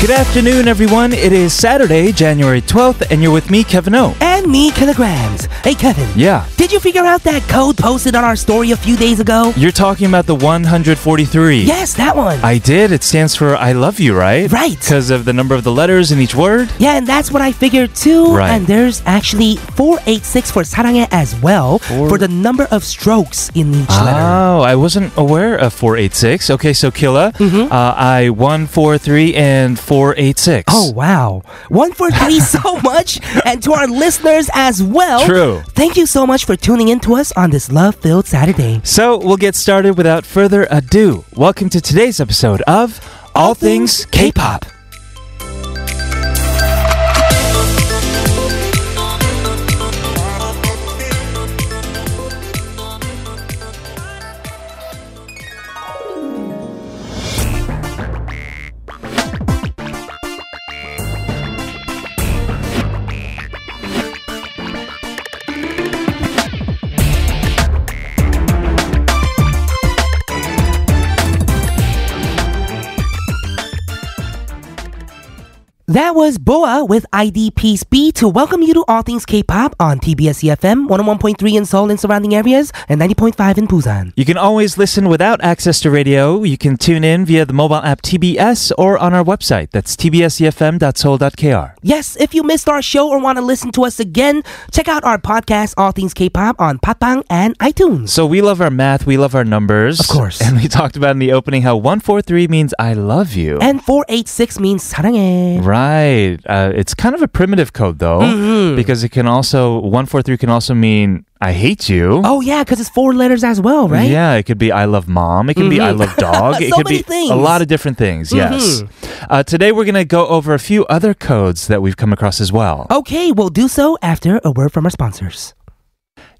Good afternoon, everyone. It is Saturday, January 12th, and you're with me, Kevin O. And me, Kilograms. Hey, Kevin. Yeah. Did you figure out that code posted on our story a few days ago? You're talking about the 143. Yes, that one. I did. It stands for I love you, right? Right. Because of the number of the letters in each word. yeah, and that's what I figured too. Right. And there's actually 486 for 사랑해 as well Four- for the number of strokes in each letter. Oh, I wasn't aware of 486. Okay, so Killa, uh, I 143 and 486. Oh, wow. One for three so much. And to our listeners as well. True. Thank you so much for tuning in to us on this love filled Saturday. So we'll get started without further ado. Welcome to today's episode of All, Things K-Pop. That was Boa with IDP's B to welcome you to All Things K-Pop on TBS EFM 101.3 in Seoul and surrounding areas and 90.5 in Busan. You can always listen without access to radio. You can tune in via the mobile app TBS or on our website. That's tbsefm.soul.kr. Yes, if you missed our show or want to listen to us again, check out our podcast All Things K-Pop on Papang and iTunes. So we love our math, we love our numbers. Of course. And we talked about in the opening how 143 means I love you. And 486 means 사랑해. right. Uh, it's kind of a primitive code though, Mm-hmm. because it can also, 143 can also mean I hate you. Oh yeah, because it's four letters as well, Oh, right? Mm-hmm. Yeah, it could be I love mom. It could be I love dog. it So could be many things. Mm-hmm. a lot of different things. Yes. Uh, today we're going to go over a few other codes that we've come across as well. Okay, we'll do so after a word from our sponsors.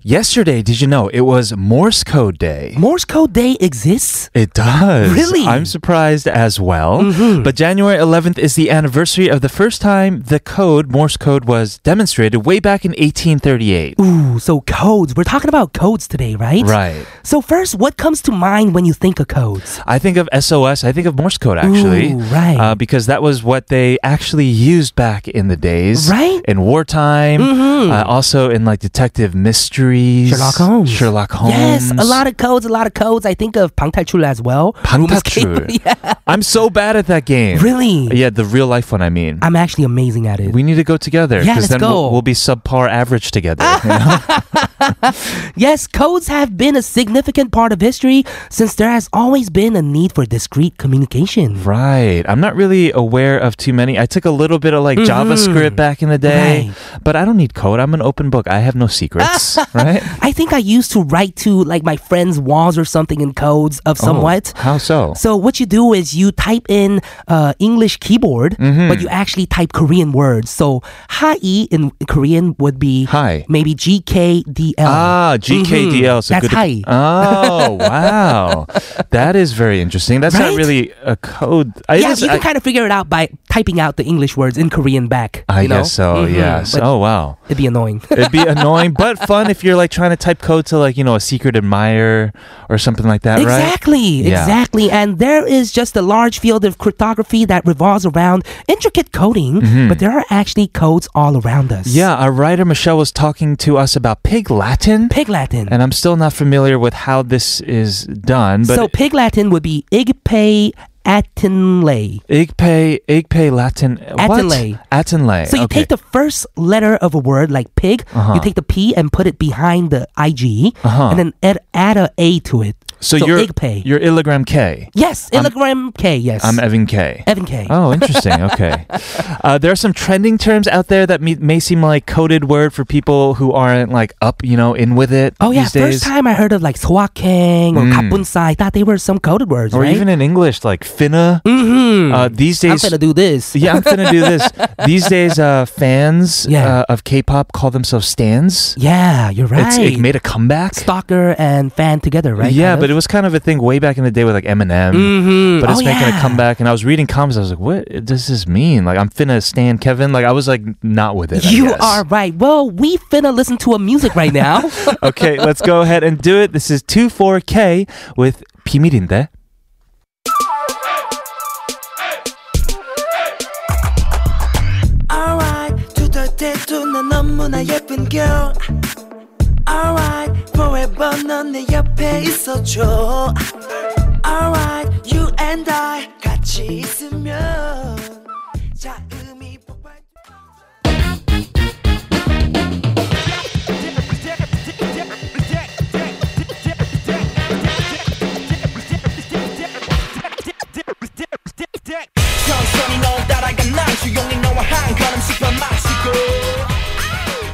Yesterday, did you know it was Morse code day? Morse code day exists? It does. Really? Mm-hmm. I'm surprised as well. But January 11th is the anniversary of the first time the code, Morse code, was demonstrated way back in 1838. Ooh, so codes. We're talking about codes today, right? Right. So first, what comes to mind when you think of codes? I think of SOS. I think of Morse code actually, Ooh, right. Uh, because that was what they actually used back in the days, Right. Mm-hmm. In wartime, uh, also in like detective mysteries, Sherlock Holmes. Sherlock Holmes. Yes, a lot of codes, a lot of codes. I think of 방탈출 as well. Room 방탈출. escape. yeah. I'm so bad at that game. E. Really? Yeah, the real life one. I mean, I'm actually amazing at it. we need to go together. Yeah, 'cause let's then We'll, go. we'll be subpar average together. you know? yes, codes have been a significant part of history since there has always been a need for discrete communication. Right. I'm not really aware of too many. I took a little bit of like Mm-hmm. JavaScript back in the day, but I don't need code. I'm an open book. I have no secrets. right. I think I used to write to like my friend's walls or something in codes of somewhat. Oh, how so? So what you do is you type in uh, English keyboard, Mm-hmm. but you actually type Korean words. So hi in Korean would be Hi. maybe GKDL. Ah, GKDL. So Mm-hmm. That's good. high. Oh, wow. that is very interesting. That's not Right? really a code. I, yeah, just- you I, can kind of figure it out by typing out the English words in Korean back. I you know? Mm-hmm. guess so, yes. But- oh, wow. It'd be annoying. It'd be annoying, but fun if you're like trying to type code to like, you know, a secret admirer or something like that, right? Exactly, Yeah. exactly. And there is just a large field of cryptography that revolves around intricate coding, but there are actually codes all around us. Mm-hmm. Yeah, our writer Michelle was talking to us about Pig Latin, Pig Latin. and I'm still not familiar with how this is done, but so Pig Latin would be Igpe Atinlay. Igpe, Igpe Latin. what? Atenlay. Atenlay. So you okay. Uh-huh. take the first letter of a word like pig, you take the P and put it behind the IG, and then add, add a A to it. So, you're Igpe. you're Illigram K. yes, Illigram K, yes. I'm Evan K. Evan K. Oh, interesting. Okay. uh, there are some trending terms out there that me- may seem like coded word for people who aren't like up, you know, in with it. Oh yeah, these days. Hmm. first time I heard of like Soakeng or Kapunsai, thought they were some coded words, Or right? even in English, like finna. mm-hmm. Uh, these I'm days, gonna do this. yeah, I'm finna do this. These days, uh, fans Yeah. uh, of K-pop call themselves stands. Yeah, you're right. It's, it made a comeback. Stalker and fan together, right? Yeah, but it was kind of a thing way back in the day with like Eminem. mm-hmm. But it's oh, making yeah. a comeback, and I was reading comments. I was like, "What does this mean? Like, I'm finna stand Kevin." Like, I was like, not with it. I You guess. are right. Well, we finna listen to a music right now. okay, let's go ahead and do it. This is 24K with E. 비밀인데. 너무나 예쁜 girl Alright forever 넌 내 옆에 있어줘 Alright you and I 같이 있으면 자음이 폭발 천천히 널 따라간 난 조용히 너와 한 걸음씩만 마시고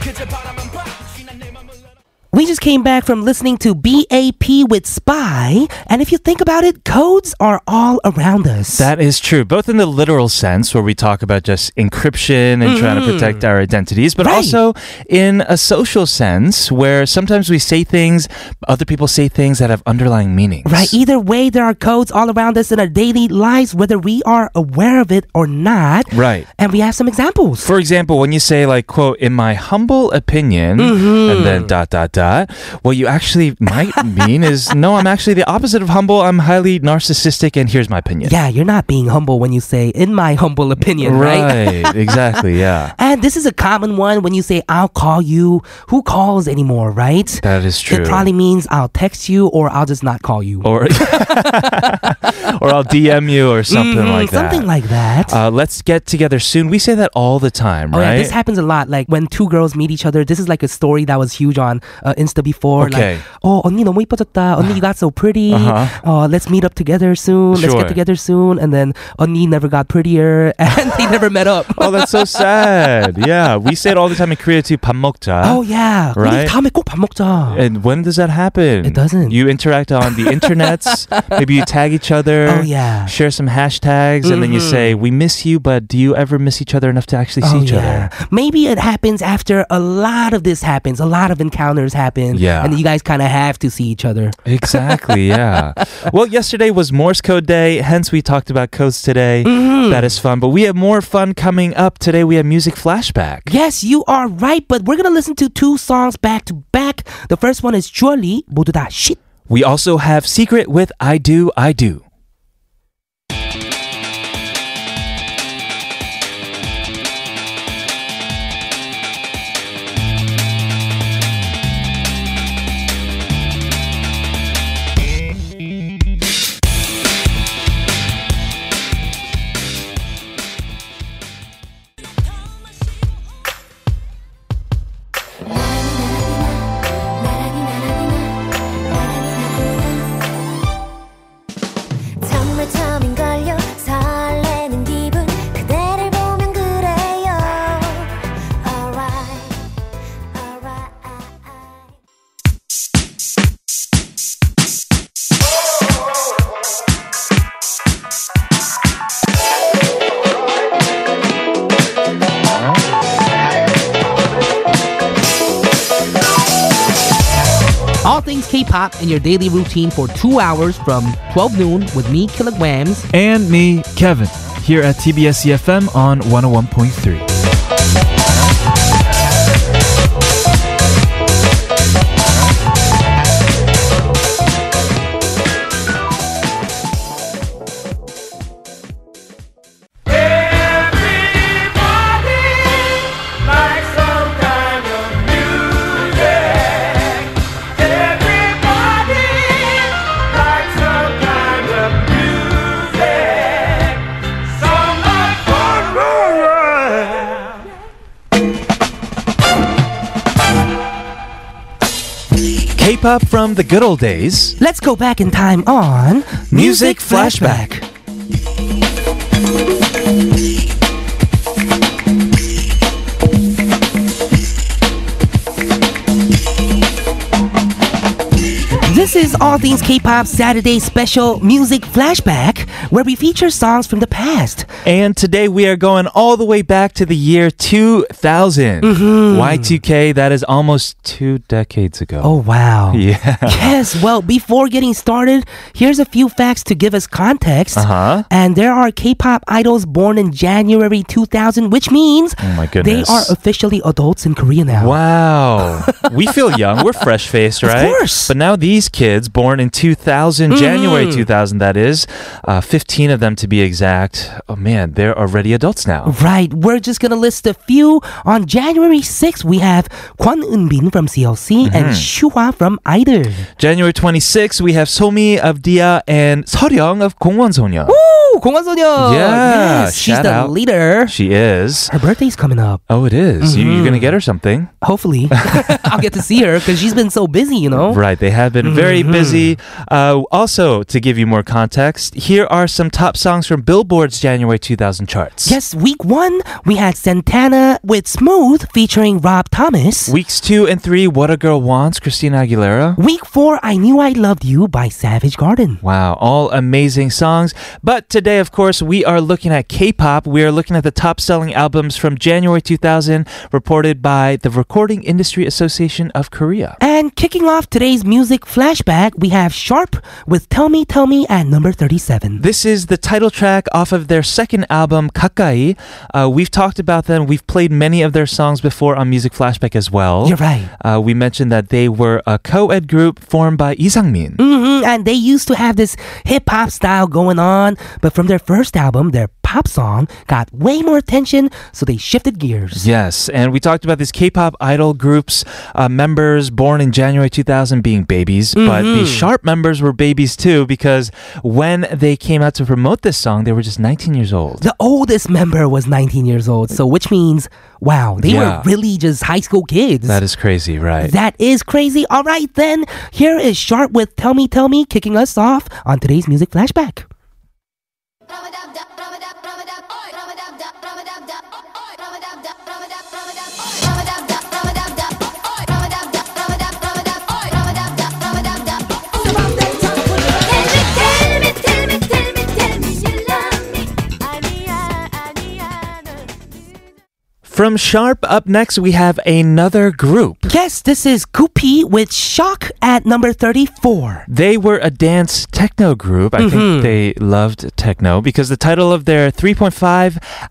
그저 바라만 봐 지난 내 맘을 열어 We just came back from listening to BAP with Spy, and if you think about it, codes are all around us. That is true, both in the literal sense, where we talk about just encryption and trying to protect our identities, but Mm-hmm. Right. also in a social sense, where sometimes we say things, other people say things that have underlying meanings. Right. e- Either way, there are codes all around us in our daily lives, whether we are aware of it or not. Right. And we have some examples. For example, when you say like quote, in my humble opinion, Mm-hmm. and then dot dot dot, what you actually might mean is no, I'm actually the opposite of humble. I'm highly narcissistic and here's my opinion. yeah, you're not being humble when you say, in my humble opinion, right? Right, exactly, yeah. And this is a common one when you say, I'll call you. Who calls anymore, right? That is true. It probably means I'll text you or I'll just not call you. or or I'll DM you or something Mhm, like that. Something like that. Uh, let's get together soon. We say that all the time, Oh right? yeah, this happens a lot. Like when two girls meet each other, this is like a story that was huge on uh, Insta before. Okay. Like, oh, 언니 너무 이뻐졌다. 언니 you got so pretty. uh let's meet up together soon. Let's Uh-huh. Sure. get together soon. And then 언니 never got prettier, and they never met up. oh, that's so sad. yeah, we say it all the time in Korea too. 밥 먹자. oh yeah, 우리 Right? 다음에 꼭밥 먹자. And when does that happen? It doesn't. You interact on the internets. Maybe you tag each other. Oh, yeah. Mm-hmm. Share some hashtags, and then you say, "We miss you," but do you ever miss each other enough to actually see Oh, each yeah. other? Maybe it happens after a lot of this happens, a lot of encounters happen, Yeah. and you guys kind of have to see each other. Exactly. Yeah. well, yesterday was Morse code day, hence we talked about codes today. That is fun, but we have more fun coming up today. We have music flashback. Yes, you are right, but we're gonna listen to two songs back to back. The first one is Julie 모두 다 shit. We also have Secret with I Do, I Do. 정말 처음인걸요 설레는 기분 그대를 보면 그래요 Alright Alright All things K-pop in your daily routine for two hours from 12 noon with me, Kilograms. And me, Kevin, here at TBS EFM E on 101.3. K pop from the good old days. Let's go back in time on Music Flashback. This is All Things K-pop Saturday special Music Flashback, where we feature songs from the past. And today we are going all the way back to the year 2000. Y2K, that is almost two decades ago. Oh wow. yeah. Yes, well, before getting started, here's a few facts to give us context. Uh-huh. And there are K-pop idols born in January 2000, which means Oh my they goodness. are officially adults in Korea now. Wow. we feel young. We're fresh faced, right? course. Mm-hmm. But now these kids, born in 2000, January 2000, that is, uh, 15 15 of them to be exact. Oh man, they're already adults now. Right, we're just gonna list a few. On January 6th, we have Kwon Eunbin from CLC Mm-hmm. and Shuhwa from Either. January 26th, we have Somi of Dia and Seoryung of Gongwon Sonya. Woo! 공원 소녀. Yeah, yes, she's shout the out. leader. She is. Her birthday's coming up. Oh, it is. You, Mm-hmm. you're going to get her something. Hopefully, I'll get to see her because she's been so busy, you know. Right. They have been very Mm-hmm. busy. Uh, also, to give you more context, here are some top songs from Billboard's January 2000 charts. Yes, week one, we had Santana with Smooth featuring Rob Thomas. Weeks two and three, What a Girl Wants, Christina Aguilera. Week four, I Knew I Loved You by Savage Garden. Wow, all amazing songs. But today, of course, we are looking at K pop. We are looking at the top selling albums from January 2000, reported by the Recording Industry Association of Korea. And kicking off today's music flashback, we have Sharp with Tell Me, Tell Me at number 37. This is the title track off of their second album, Kakai. Uh, we've talked about them. We've played many of their songs before on Music Flashback as well. You're right. Uh, we mentioned that they were a co ed group formed by Lee Sang Min. hmm And they used to have this hip hop style going on, but from their first album, their pop song got way more attention, so they shifted gears. Yes, and we talked about these K-pop idol groups uh, members born in January 2000 being babies, but Mm-hmm. the Sharp members were babies too because when they came out to promote this song, they were just 19 years old. The oldest member was 19 years old, so which means, wow, they Yeah. were really just high school kids. That is crazy, right? That is crazy. All right, then, here is Sharp with Tell Me, Tell Me kicking us off on today's music flashback. From Sharp, up next we have another group. Yes, this is Goopy with Shock at number 34. They were a dance techno group. I Mm-hmm. think they loved techno because the title of their 3.5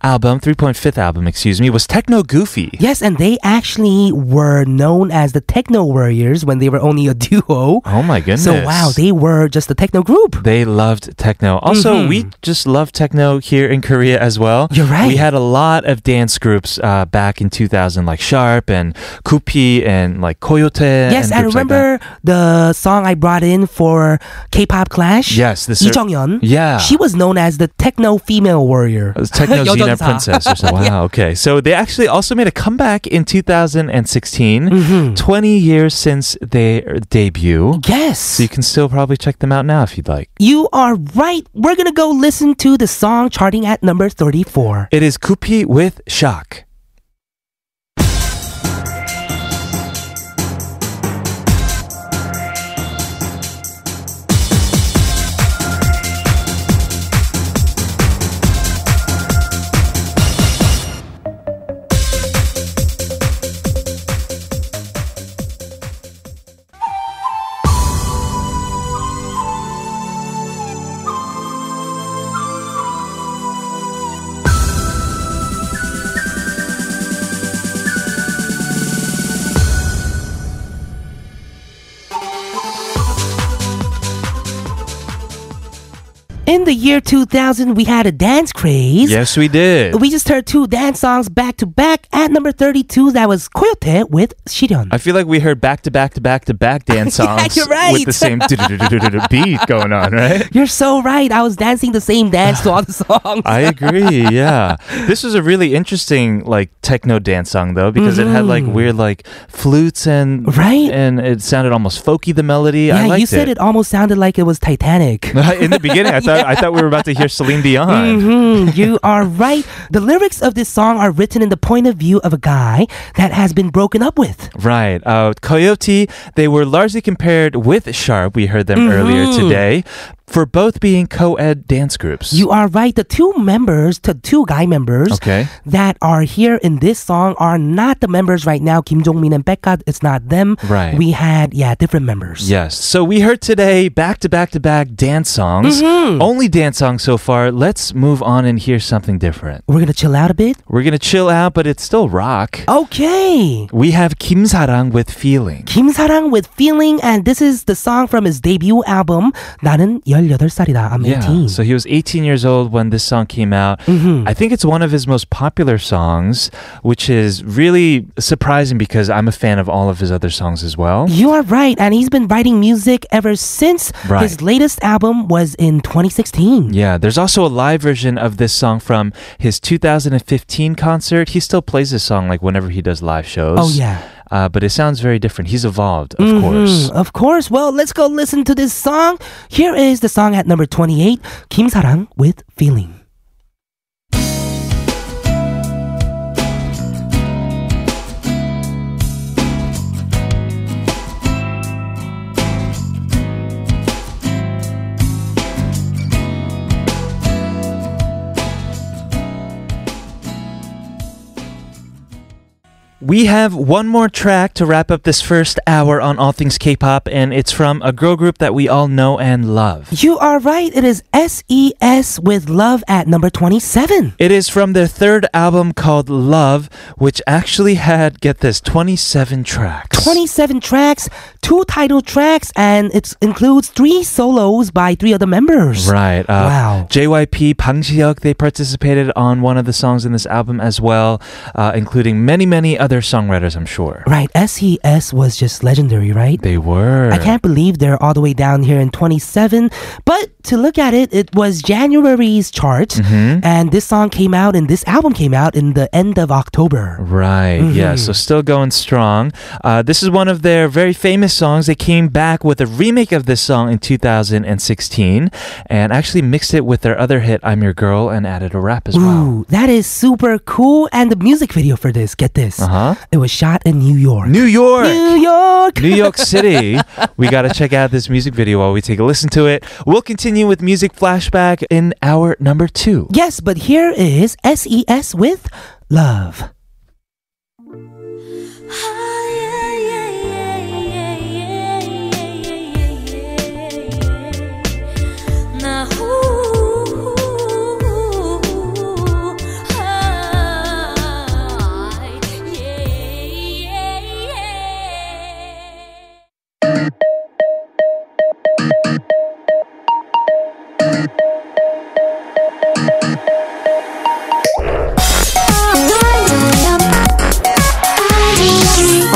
album, 3.5th album, excuse me, was Techno Goofy. Yes, and they actually were known as the Techno Warriors when they were only a duo. Oh my goodness. So, wow, they were just a techno group. They loved techno. Also, we just love techno here in Korea as well. Mm-hmm. You're right. We had a lot of dance groups uh, back in 2000, like Sharp and Kupi and like Coyote. Yes, and I groups like that. remember the song I brought in for K-pop Clash. Yes, this Lee Jonghyun. Yeah. she was known as the techno female warrior. It was Techno Xena 여전사. Princess or something. Wow, okay. So they actually also made a comeback in 2016, Mm-hmm. 20 years since their debut. Yes, So you can still probably check them out now if you'd like. you are right. We're gonna go listen to the song charting at number thirty-four. It is Kupi with Shock. In the year two thousand, we had a dance craze. Yes, we did. We just heard two dance songs back to back at number 32. That was Coyote with Shireon. I feel like we heard back to back to back to back dance Yeah, songs you're with the right. same beat going on, right? You're so right. I was dancing the same dance to all the songs. I agree. Yeah, this was a really interesting like techno dance song though because it had like weird like flutes and Mm-hmm. Right? and it sounded almost folky the melody. I yeah, liked you said it. almost sounded like it was Titanic. In the beginning, I thought I thought we were about to hear Celine Dion. Mhm, you are right. The lyrics of this song are written in the point of view of a guy that has been broken up with. Right. Uh, Coyote, they were largely compared with Sharp. We heard them earlier Mm-hmm. today for both being co ed dance groups. You are right. The two members, the two guy members Okay. that are here in this song are not the members right now. Kim Jong Min and Becca, it's not them. Right. We had, yeah, different members. Yes. So we heard today back to back to back dance songs. Mm-hmm. Only dance songs so far. Let's move on and hear something different. We're going to chill out a bit. We're going to chill out, but it's still rock. Okay. We have Kim Sarang with Feeling. Kim Sarang with Feeling, and this is the song from his debut album, 나는 18살이다. I'm 18. So he was 18 years old when this song came out. Mm-hmm. I think it's one of his most popular songs, which is really surprising because I'm a fan of all of his other songs as well. you are right. And he's been writing music ever since. Right. His latest album was in 2016. Yeah, there's also a live version of this song from his 2015 concert. He still plays this song like whenever he does live shows. Oh, yeah. Uh, but it sounds very different. He's evolved, of Mm, course. of course. Well, let's go listen to this song. Here is the song at number 28, Kim Sarang with Feeling. We have one more track to wrap up this first hour on All Things K-pop, and it's from a girl group that we all know and love. You are right. It is SES with Love at number 27. It is from their third album called Love, which actually had, get this, 27 tracks. 27 tracks, two title tracks, and it includes three solos by three other members. Right. uh, Wow. JYP, Bang Ji-hyuk, they participated on one of the songs in this album as well, uh, including many, many other songwriters, I'm sure. Right. SES was just legendary, right? They were. I can't believe they're all the way down here in 27. But to look at it, it was January's chart, Mm-hmm. and this song came out, and this album came out in the end of October. Right, yeah, Mm-hmm. so still going strong. Uh, this is one of their very famous songs. They came back with a remake of this song in 2016 and actually mixed it with their other hit, I'm Your Girl, and added a rap as well. Ooh, that is super cool. And the music video for this, get this, Uh huh. it was shot in New York. New York! New York. New York City. we got to check out this music video while we take a listen to it. We'll continue with music flashback in hour number two. Yes, but here is SES with Love.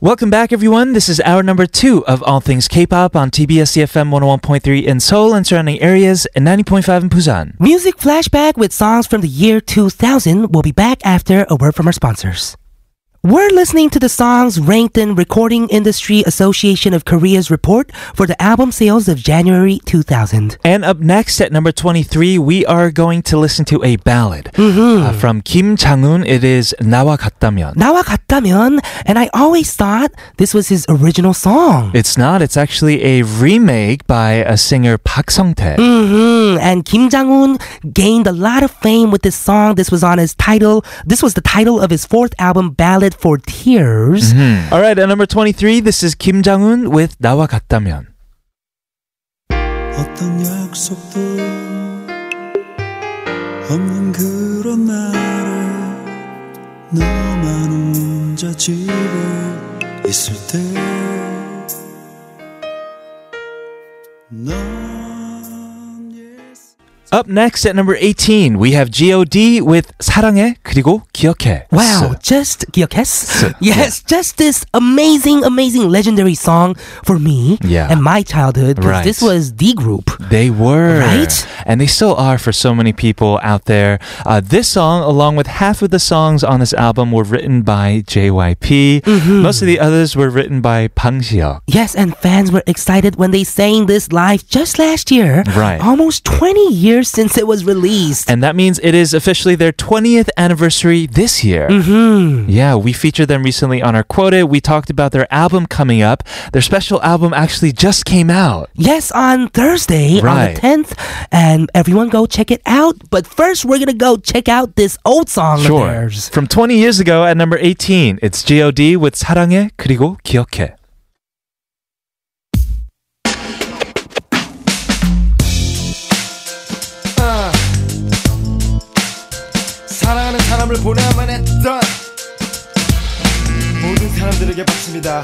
Welcome back, everyone. This is hour number two of All Things K-pop on TBS CFM 101.3 in Seoul and surrounding areas and 90.5 in Busan. Music flashback with songs from the year 2000 will be back after a word from our sponsors. We're listening to the songs ranked in Recording Industry Association of Korea's report for the album sales of January 2000. And up next at number 23, we are going to listen to a ballad uh, Mm-hmm. from Kim Chang-un. It is 나와 같다면. 나와 같다면, and I always thought this was his original song. It's not. It's actually a remake by a singer Park Sung-tae. Mm, and Kim Jong Un gained a lot of fame with this song. This was on his title. This was the title of his fourth album, Ballad for Tears. All right, at number 23, this is Kim Jong-un with 나와 같다면. 어떤 약속도 없는 그런 날에 너만 혼자 집에 있을 때넌 yes Up next at number 18, we have G.O.D. with 사랑해 그리고 기억해. Wow, just 기억했어? Yes, just this amazing, amazing legendary song for me Yeah. and my childhood. 'cause Right. This was the group. They were. Right? And they still are for so many people out there. Uh, this song, along with half of the songs on this album, were written by JYP. Mm-hmm. Most of the others were written by Bang Siok. Yes, and fans were excited when they sang this live just last year. Right. Almost 20 years years since it was released. And that means it is officially their 20th anniversary this year. Mm. Mm-hmm. Yeah, we featured them recently on our quota. We talked about their album coming up. Their special album actually just came out. Yes, on Thursday, on Right. the 10th. And everyone go check it out. But first, we're going to go check out this old song of theirs. From 20 years ago at number 18, it's G.O.D. with 사랑해 그리고 기억해. 사랑하는 사람을 보내야만 했던 모든 사람들에게 바칩니다.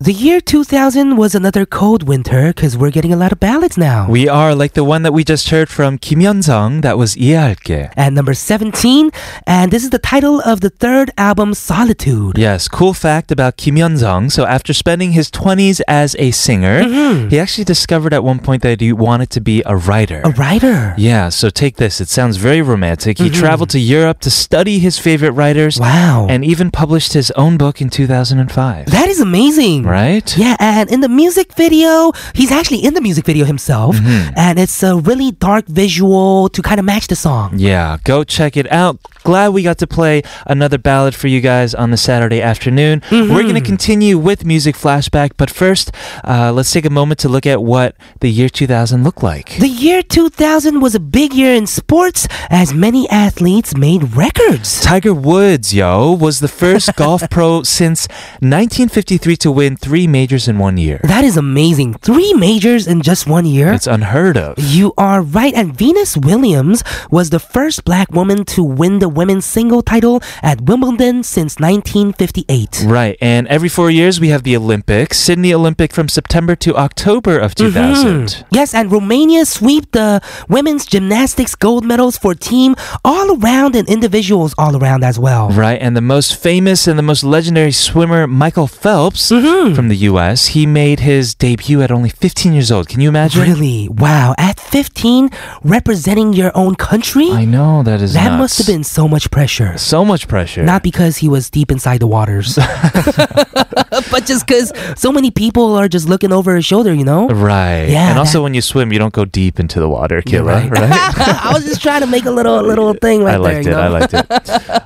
The year 2000 was another cold winter because we're getting a lot of ballads now. We are like the one that we just heard from Kim Hyun-sung. That was 이해할게. at number 17, and this is the title of the third album, Solitude. Yes, cool fact about Kim Hyun Sung. So after spending his 20s as a singer, Mm-hmm. he actually discovered at one point that he wanted to be a writer. A writer. yeah, so take this. It sounds very romantic. He traveled to Europe to study his favorite writers Mm-hmm. Wow. and even published his own book in 2005. that is amazing. right? Yeah, and in the music video, he's actually in the music video himself, Mm-hmm. and it's a really dark visual to kind of match the song. Yeah, go check it out. Glad we got to play another ballad for you guys on the Saturday afternoon. We're going to continue with Music Flashback, but first, uh, let's take a moment to look at what the year 2000 looked like. The year 2000 was a big year in sports as many athletes made records. Tiger Woods, yo, was the first golf pro since 1953 to win three majors in one year. That is amazing. Three majors in just one year. It's unheard of. You are right, and Venus Williams was the first black woman to win the women's single title at Wimbledon since 1958. Right, and every four years we have the Olympics, Sydney Olympic from September to October of 2000. Yes, and Romania sweep the women's gymnastics gold medals for team all around and individuals all around as well. Right, and the most famous and the most legendary swimmer, Michael Phelps Mm-hmm. from the US, he made his debut at only 15 years old. Can you imagine? Really? Wow. At 15, representing your own country? I know, that is that nuts. must have been so much pressure. so much pressure. Not because he was deep inside the waters, but just because so many people are just looking over his shoulder, you know? Right. Yeah, And also, that- when you swim, you don't go deep into the water, Killa, right? I was just trying to make a little little thing right I liked there. it. I liked it.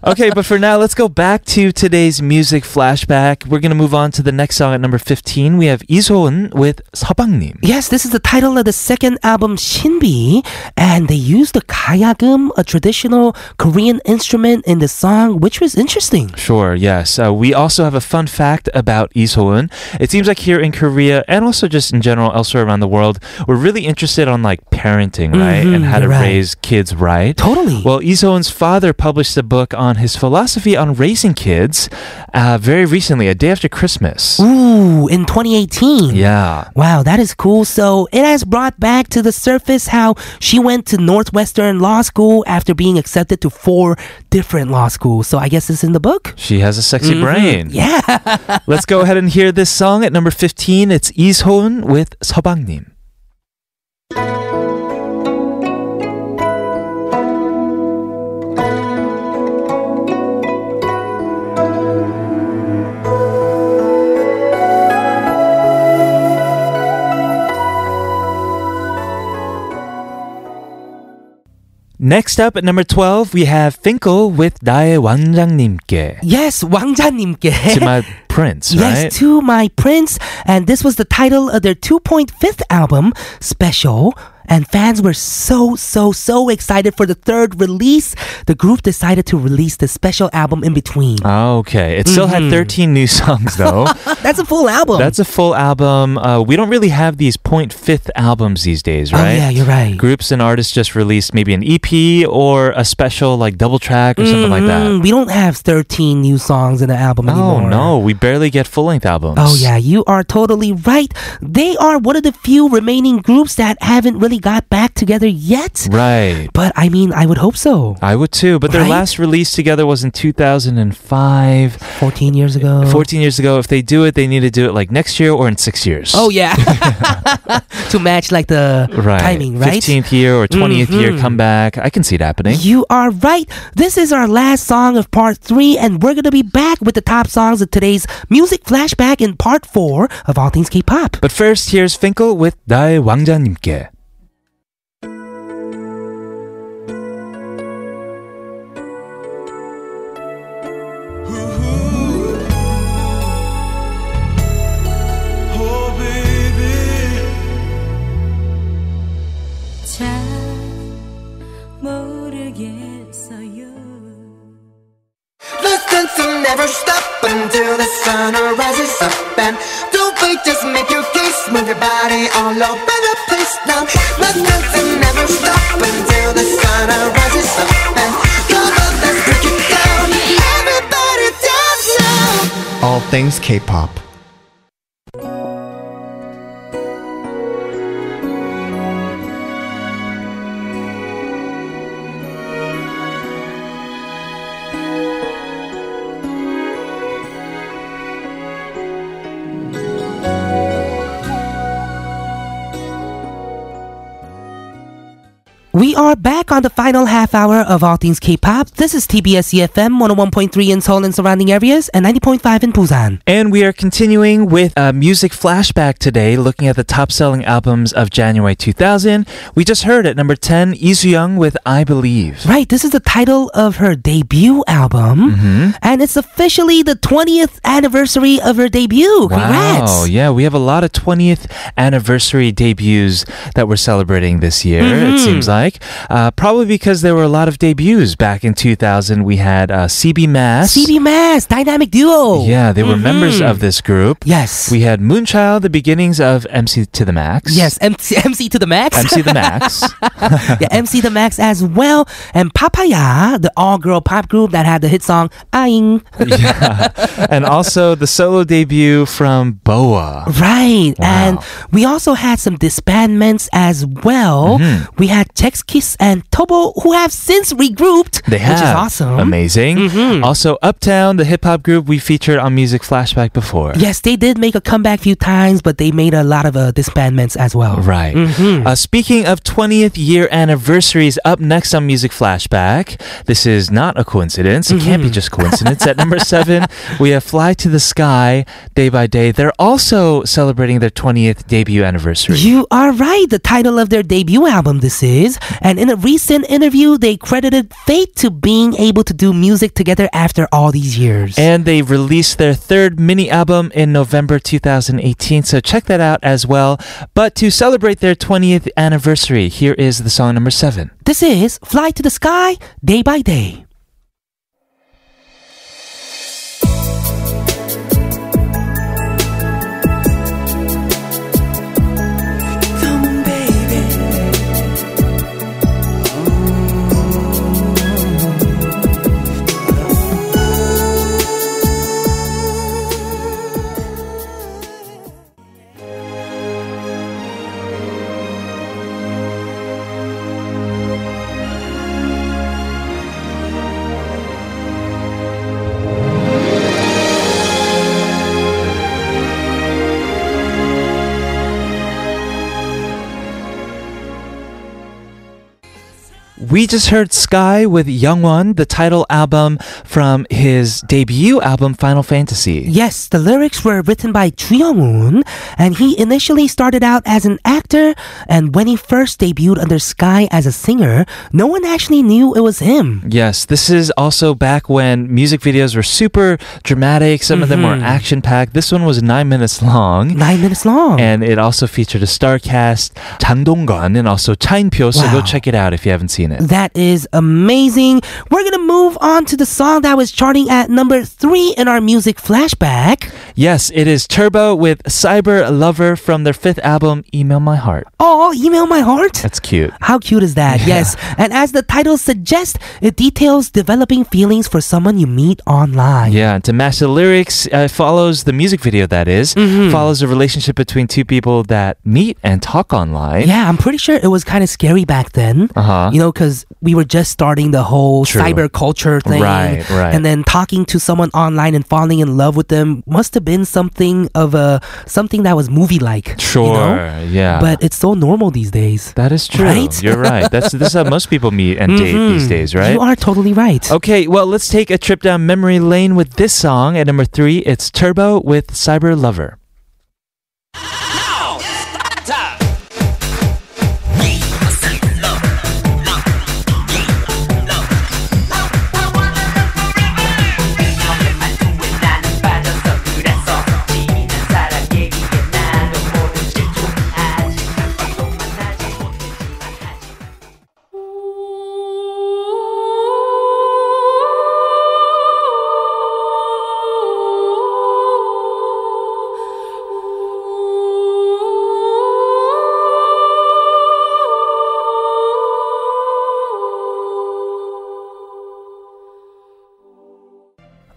Okay, but for now, let's go back to today's music flashback. We're going to move on to the next song at number 15. We have Isoun with 서방님. Yes, this is the title of the second album, Shinbi, and they used the kayagum, a traditional Korean instrument, in the song, which was interesting. Sure, yes. Uh, we also have a fun fact about Isoun. It seems like here in Korea and also just in general elsewhere around the world, we're really interested on like parenting, right? and how to Mm-hmm, right. raise kids right. Totally. Well, Isoun's father published a book on his philosophy on raising kids uh, very recently, a day after Christmas. Ooh, in 2018. Yeah. Wow, that is cool. So it has brought back to the surface how she went to Northwestern Law School after being accepted to four different law schools. So I guess it's in the book. She has a sexy brain. Mm-hmm. Yeah. Let's go ahead and hear this song at number 15. It's 이소은 with 서방님. Next up at number 12, we have Finkel with 나의 왕장님께. Yes, 왕자님께. To my prince, Yes, right? to my prince, and this was the title of their 2.5th album, Special. And fans were so, so, so excited for the third release. The group decided to release the special album in between. Ah. Okay. It still had 13 new songs, though. That's a full album. That's a full album. Uh, we don't really have these point fifth albums these days, Oh, right? yeah, you're right. Groups and artists just released maybe an EP or a special like double track or something like Mm, that. we don't have 13 new songs in the album No, anymore. no, we barely get full length albums. Oh, yeah, you are totally right. They are one of the few remaining groups that haven't really really got back together yet. Right. But I mean, I would hope so. I would too, but their Right? last release together was in 2005. 14 years ago. 14 years ago. If they do it, they need to do it like next year or in six years. Oh yeah. to match like the right. timing, right? Mm-hmm. 15th year or 20th year comeback. I can see it happening. You are right. This is our last song of part three, and we're gonna be back with the top songs of today's music flashback in part four of All Things K-pop. But first, here's Finkel with 나의 왕자님께. Oh baby 잘 모르겠어요. Let's dance and never stop until the sun rises up and don't wait, just make your case, move your body all over the place now. Let's dance and never stop until the sun rises up and come on, let's break it down. Everybody dance now. All things K-pop. We are back on the final half hour of All Things K-pop. This is TBS EFM 101.3 in Seoul and surrounding areas, and 90.5 in Busan. And we are continuing with a music flashback today, looking at the top selling albums of January 2000. We just heard at number 10, Lee Young with I Believe. Right, this is the title of her debut album, Mm-hmm. and it's officially the 20th anniversary of her debut. Congrats! Wow. Yeah, we have a lot of 20th anniversary debuts that we're celebrating this year, Mm-hmm. it seems like. Uh, probably because there were a lot of debuts back in 2000. We had uh, CB Mass. CB Mass, dynamic duo. Yeah, they were members Mm-hmm. of this group. Yes. We had Moonchild, the beginnings of MC to the Max. yes, MC, MC to the max. MC the Max. yeah, MC the max as well. And Papaya, the all-girl pop group that had the hit song Aing. and also the solo debut from Boa. Right. And Wow. we also had some disbandments as well. Mm-hmm. We had Tex Kiss and Tobo who have since regrouped, They have. which is awesome. Mm-hmm. Amazing. Also, Uptown, the hip hop group we featured on Music Flashback before. Yes, they did make a comeback few times, but they made a lot of uh, disbandments as well. Right. Mm-hmm. Uh, speaking of 20th year anniversaries, up next on Music Flashback, this is not a coincidence. It Mm-hmm. can't be just coincidence. At number seven, we have Fly to the Sky, Day by Day. They're also celebrating their 20th debut anniversary. You are right. The title of their debut album, this is. And in a recent interview, they credited fate to being able to do music together after all these years. and they released their third mini album in November 2018, so check that out as well. But to celebrate their 20th anniversary, here is the song number seven. this is Fly to the Sky, Day by Day. Come on, baby. We just heard Sky with Youngwon, the title album from his debut album Final Fantasy. Yes, the lyrics were written by Young-un, and he initially started out as an actor. And when he first debuted under Sky as a singer, no one actually knew it was him. Yes, this is also back when music videos were super dramatic. Some of them were action packed. This one was nine minutes long. Nine minutes long. And it also featured a star cast, Chang Dong-gun and also Cha In-pyo. So go Wow. check it out if you haven't seen it. it. That is amazing. We're going to move on to the song that was charting at number three in our music flashback. Yes, it is Turbo with Cyber Lover from their fifth album, Email My Heart. Oh, email my heart. That's cute. How cute is that? Yes. And as the title suggests, it details developing feelings for someone you meet online. Yeah, and to match the lyrics, uh, it follows the music video that is, Mm-hmm. follows a relationship between two people that meet and talk online. Yeah, I'm pretty sure it was kind of scary back then. Uh-huh. You know, because we were just starting the whole True. cyber culture thing. Right, right. And then talking to someone online and falling in love with them must have been something of a something that was movie like. Sure. Yeah. But it's so normal these days. that is true. Right? Mm-hmm. You're right. That's this is how most people meet and date these days, right? Oh. You are totally right. Okay, well, let's take a trip down memory lane with this song. At number three, it's Turbo with Cyber Lover.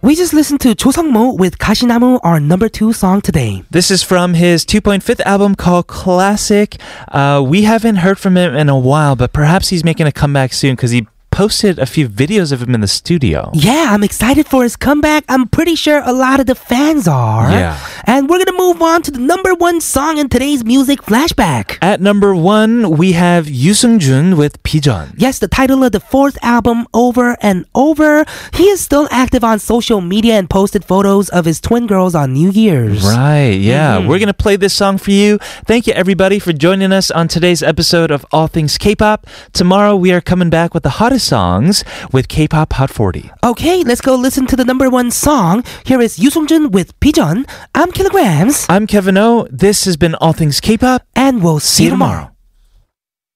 We just listened to Cho Sung-mo with Kashinamu, our number two song today. This is from his 2.5th album called Classic. Uh, we haven't heard from him in a while, but perhaps he's making a comeback soon because he posted a few videos of him in the studio. Yeah, I'm excited for his comeback. I'm pretty sure a lot of the fans are. Yeah. And we're gonna move on to the number one song in today's music flashback. At number one, we have Yoo Sung Jun with Pigeon. Yes, the title of the fourth album, Over and Over. He is still active on social media and posted photos of his twin girls on New Year's. Right, yeah. We're going to play this song for you. Thank you, everybody, for joining us on today's episode of All Things K pop. Tomorrow, we are coming back with the hottest songs with K pop Hot 40. Okay, let's go listen to the number one song. Here is Yoo Sung-jun with Pigeon. I'm Kilograms, I'm Kevin O. This has been All Things K pop. and we'll see, you tomorrow.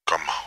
Come on.